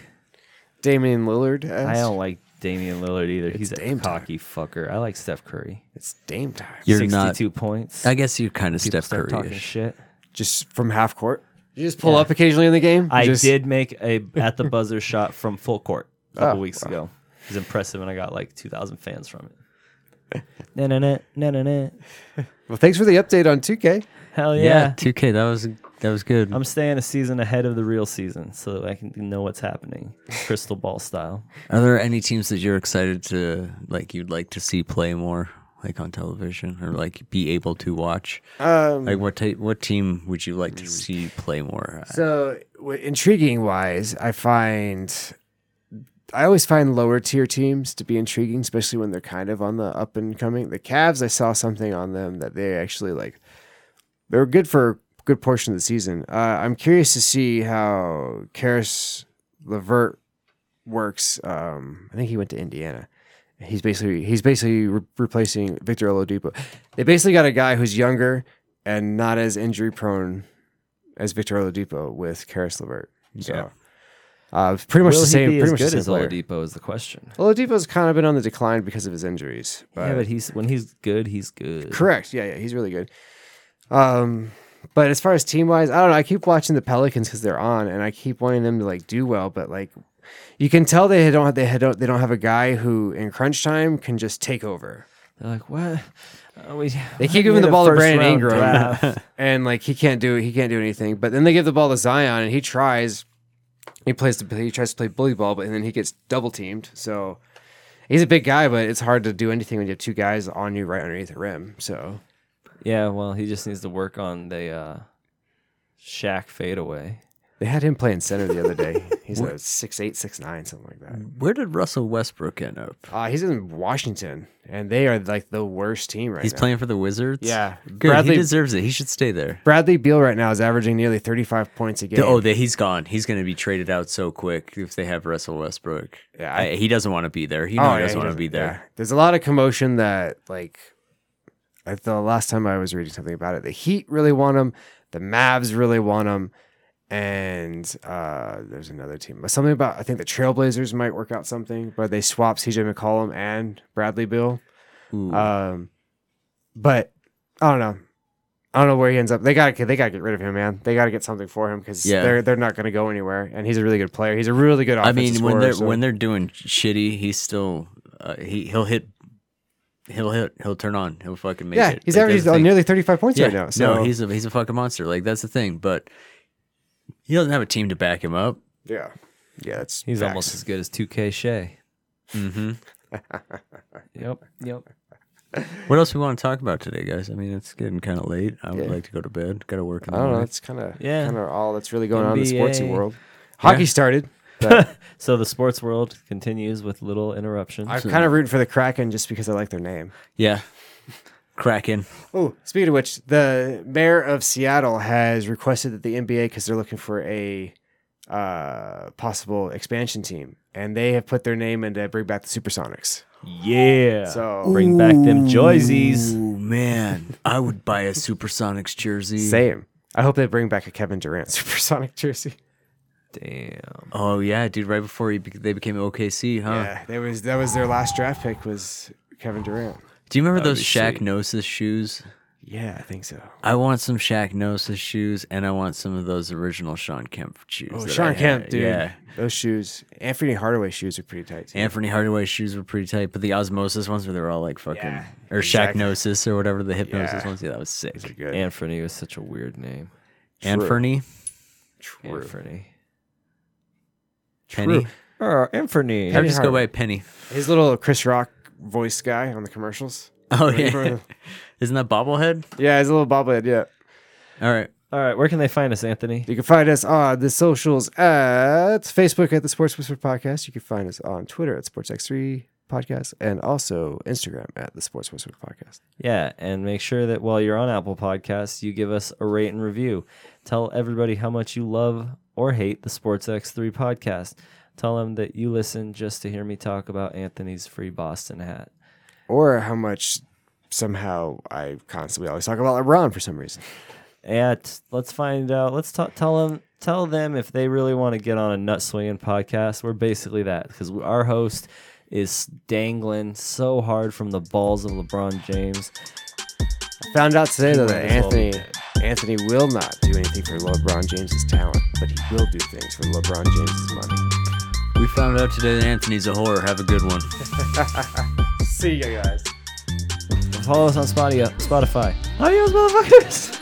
Speaker 2: Damian Lillard.
Speaker 3: I don't like Damian Lillard either. He's a
Speaker 2: Dame time.
Speaker 3: cocky fucker. I like Steph Curry.
Speaker 2: It's Dame time.
Speaker 1: You're not.
Speaker 3: Sixty-two points.
Speaker 1: I guess you're kind of Steph
Speaker 3: Start talking
Speaker 1: Curry-ish.
Speaker 3: shit.
Speaker 2: just from half court. You just pull up occasionally in the game. You
Speaker 3: I
Speaker 2: just-
Speaker 3: did make a at the buzzer shot from full court a couple
Speaker 2: Oh,
Speaker 3: weeks ago. It was impressive, and I got like two thousand fans from it. na na na na na na.
Speaker 2: Well, thanks for the update on 2K.
Speaker 3: Hell
Speaker 1: Yeah,
Speaker 3: yeah! Um,
Speaker 1: 2K. That was that was good.
Speaker 3: I'm staying a season ahead of the real season so that I can know what's happening, crystal ball style.
Speaker 1: Are there any teams that you're excited to like? You'd like to see play more, like on television, or like be able to watch?
Speaker 2: Um,
Speaker 1: Like what type, what team would you like to see play more? Uh,
Speaker 2: so w- intriguing wise, I find I always find lower tier teams to be intriguing, especially when they're kind of on the up and coming. The Cavs, I saw something on them that they actually like. They were good for a good portion of the season. Uh, I'm curious to see how Karis Levert works. Um, I think he went to Indiana. He's basically he's basically re- replacing Victor Oladipo. They basically got a guy who's younger and not as injury prone as Victor Oladipo with Karis Levert. So,
Speaker 1: Yeah.
Speaker 2: uh, it's pretty much the same.
Speaker 3: he be
Speaker 2: Pretty
Speaker 3: as
Speaker 2: much
Speaker 3: good
Speaker 2: the
Speaker 3: as
Speaker 2: same player.
Speaker 3: Oladipo is the question.
Speaker 2: Oladipo's kind of been on the decline because of his injuries. But,
Speaker 3: yeah, but he's when he's good, he's good.
Speaker 2: correct. Yeah, yeah, he's really good. Um, but as far as team wise, I don't know. I keep watching the Pelicans because they're on, and I keep wanting them to like do well. But like, you can tell they don't have, they had- don't they don't have a guy who in crunch time can just take over.
Speaker 3: They're like, what? Uh, we,
Speaker 2: They keep giving the ball to Brandon Ingram,
Speaker 3: Draft.
Speaker 2: and like he can't do he can't do anything. But then they give the ball to Zion, and he tries. He plays the he tries to play bully ball, but and then he gets double teamed. So he's a big guy, but it's hard to do anything when you have two guys on you right underneath the rim. So
Speaker 3: Yeah, well, he just needs to work on the uh, Shaq fadeaway.
Speaker 2: They had him playing center the other day. He's a six eight, six nine, something like that.
Speaker 1: Where did Russell Westbrook end up?
Speaker 2: Uh, he's in Washington, and they are like the worst team right
Speaker 1: He's
Speaker 2: now.
Speaker 1: playing for the Wizards.
Speaker 2: Yeah,
Speaker 1: good.
Speaker 2: Bradley
Speaker 1: He deserves it. He should stay there.
Speaker 2: Bradley Beal right now is averaging nearly thirty five points a game.
Speaker 1: Oh, that he's gone. He's going to be traded out so quick if they have Russell Westbrook.
Speaker 2: Yeah, I-
Speaker 1: I, he doesn't want to be there. He,
Speaker 2: Oh,
Speaker 1: know
Speaker 2: yeah,
Speaker 1: he
Speaker 2: he
Speaker 1: doesn't want to
Speaker 2: doesn't-
Speaker 1: be there.
Speaker 2: yeah. There's a lot of commotion that like. I, the last time I was reading something about it, the Heat really want him, the Mavs really want him, and uh, there's another team. Something about I think the Trailblazers might work out something, but they swap CJ McCollum and Bradley Beal.
Speaker 1: Ooh.
Speaker 2: Um, but I don't know. I don't know where he ends up. They got to they got to get rid of him, man. They got to get something for him because
Speaker 1: Yeah.
Speaker 2: they're they're not going to go anywhere. And he's a really good player. He's a really good.
Speaker 1: I mean,
Speaker 2: offensive
Speaker 1: when
Speaker 2: scorer,
Speaker 1: they're
Speaker 2: so-
Speaker 1: when they're doing shitty, he's still uh, he he'll hit, he'll hit, he'll turn on, he'll fucking make
Speaker 2: yeah,
Speaker 1: it.
Speaker 2: he's
Speaker 1: Like, that's
Speaker 2: averaging
Speaker 1: the thing.
Speaker 2: nearly thirty five points
Speaker 1: yeah.
Speaker 2: right now. So
Speaker 1: No, he's a he's a fucking monster. Like that's the thing, but he doesn't have a team to back him up.
Speaker 2: yeah, yeah. That's
Speaker 3: He's
Speaker 2: facts. Mm-hmm.
Speaker 3: almost as good as 2K Shea.
Speaker 1: hmm
Speaker 3: Yep, yep.
Speaker 1: What else we want to talk about today, guys? I mean, it's getting kind of late. I would
Speaker 2: Yeah.
Speaker 1: like to go to bed. Got to work in the
Speaker 2: I don't know.
Speaker 1: morning.
Speaker 2: It's kind of
Speaker 3: Yeah.
Speaker 2: kind of all that's really going on in the sportsy
Speaker 3: NBA.
Speaker 2: world. Hockey started. But
Speaker 3: So the sports world continues with little interruptions.
Speaker 2: I'm kind of rooting for the Kraken just because I like their name.
Speaker 1: Yeah, Kraken.
Speaker 2: Oh, speaking of which, the mayor of Seattle has requested that the NBA, because they're looking for a uh, possible expansion team, and they have put their name in to bring back the Supersonics.
Speaker 3: yeah.
Speaker 2: So-
Speaker 3: bring back them joysies.
Speaker 1: Ooh man, I would buy a Supersonics jersey.
Speaker 2: Same. I hope they bring back a Kevin Durant Supersonic jersey.
Speaker 3: Damn.
Speaker 1: Oh yeah, dude! Right before he be- they became OKC, huh?
Speaker 2: Yeah, that was that was their last draft pick was Kevin Durant.
Speaker 1: Do you remember
Speaker 3: That'd
Speaker 1: those
Speaker 3: be
Speaker 1: Shaq
Speaker 3: sweet.
Speaker 1: Gnosis shoes?
Speaker 2: Yeah, I think so.
Speaker 1: I want some Shaq Gnosis shoes, and I want some of those original Sean Kemp shoes.
Speaker 2: Oh,
Speaker 1: that I
Speaker 2: Sean
Speaker 1: had.
Speaker 2: Kemp, dude.
Speaker 1: Yeah.
Speaker 2: Those shoes. Anthony Hardaway shoes are pretty tight. too.
Speaker 1: Anthony Hardaway's shoes were pretty tight, but the Osmosis ones where they were all like fucking
Speaker 2: Yeah,
Speaker 1: or
Speaker 2: exactly.
Speaker 1: Shaqnosis or whatever the hypnosis
Speaker 2: Yeah.
Speaker 1: ones. Yeah, that was
Speaker 2: Those are
Speaker 1: sick.
Speaker 2: good.
Speaker 3: Anthony was such a weird name.
Speaker 1: And
Speaker 2: True.
Speaker 1: Fernie,
Speaker 2: True.
Speaker 3: Anthony.
Speaker 1: Penny.
Speaker 3: Or Anthony.
Speaker 1: I
Speaker 2: Penny
Speaker 1: just go
Speaker 2: Hardaway.
Speaker 1: by Penny.
Speaker 2: His little Chris Rock voice guy on the commercials.
Speaker 1: Oh
Speaker 2: Remember?
Speaker 1: yeah, isn't that bobblehead?
Speaker 2: Yeah, he's a little bobblehead. Yeah.
Speaker 1: All right,
Speaker 3: All right, where can they find us, Anthony?
Speaker 2: You can find us on the socials at Facebook at the Sports Whisper Podcast. You can find us on Twitter at SportsX3 Podcast and also Instagram at the Sports Whisper Podcast.
Speaker 3: Yeah, and make sure that while you're on Apple Podcasts, you give us a rate and review. Tell everybody how much you love or hate the Sports X3 podcast. Tell them that you listen just to hear me talk about Anthony's free Boston hat.
Speaker 2: Or how much somehow I constantly always talk about LeBron for some reason.
Speaker 3: At let's find out. Let's ta- tell them tell them if they really want to get on a nut swinging podcast. We're basically that because our host is dangling so hard from the balls of LeBron James.
Speaker 2: Found out today though
Speaker 3: Might
Speaker 2: that
Speaker 3: as well be
Speaker 2: Anthony Anthony will not do anything for LeBron James's talent, but he will do things for LeBron James's money.
Speaker 1: we found out today that Anthony's a horror. Have a good one.
Speaker 2: See you guys.
Speaker 3: Follow us on Spotify. Spotify. Adios, motherfuckers.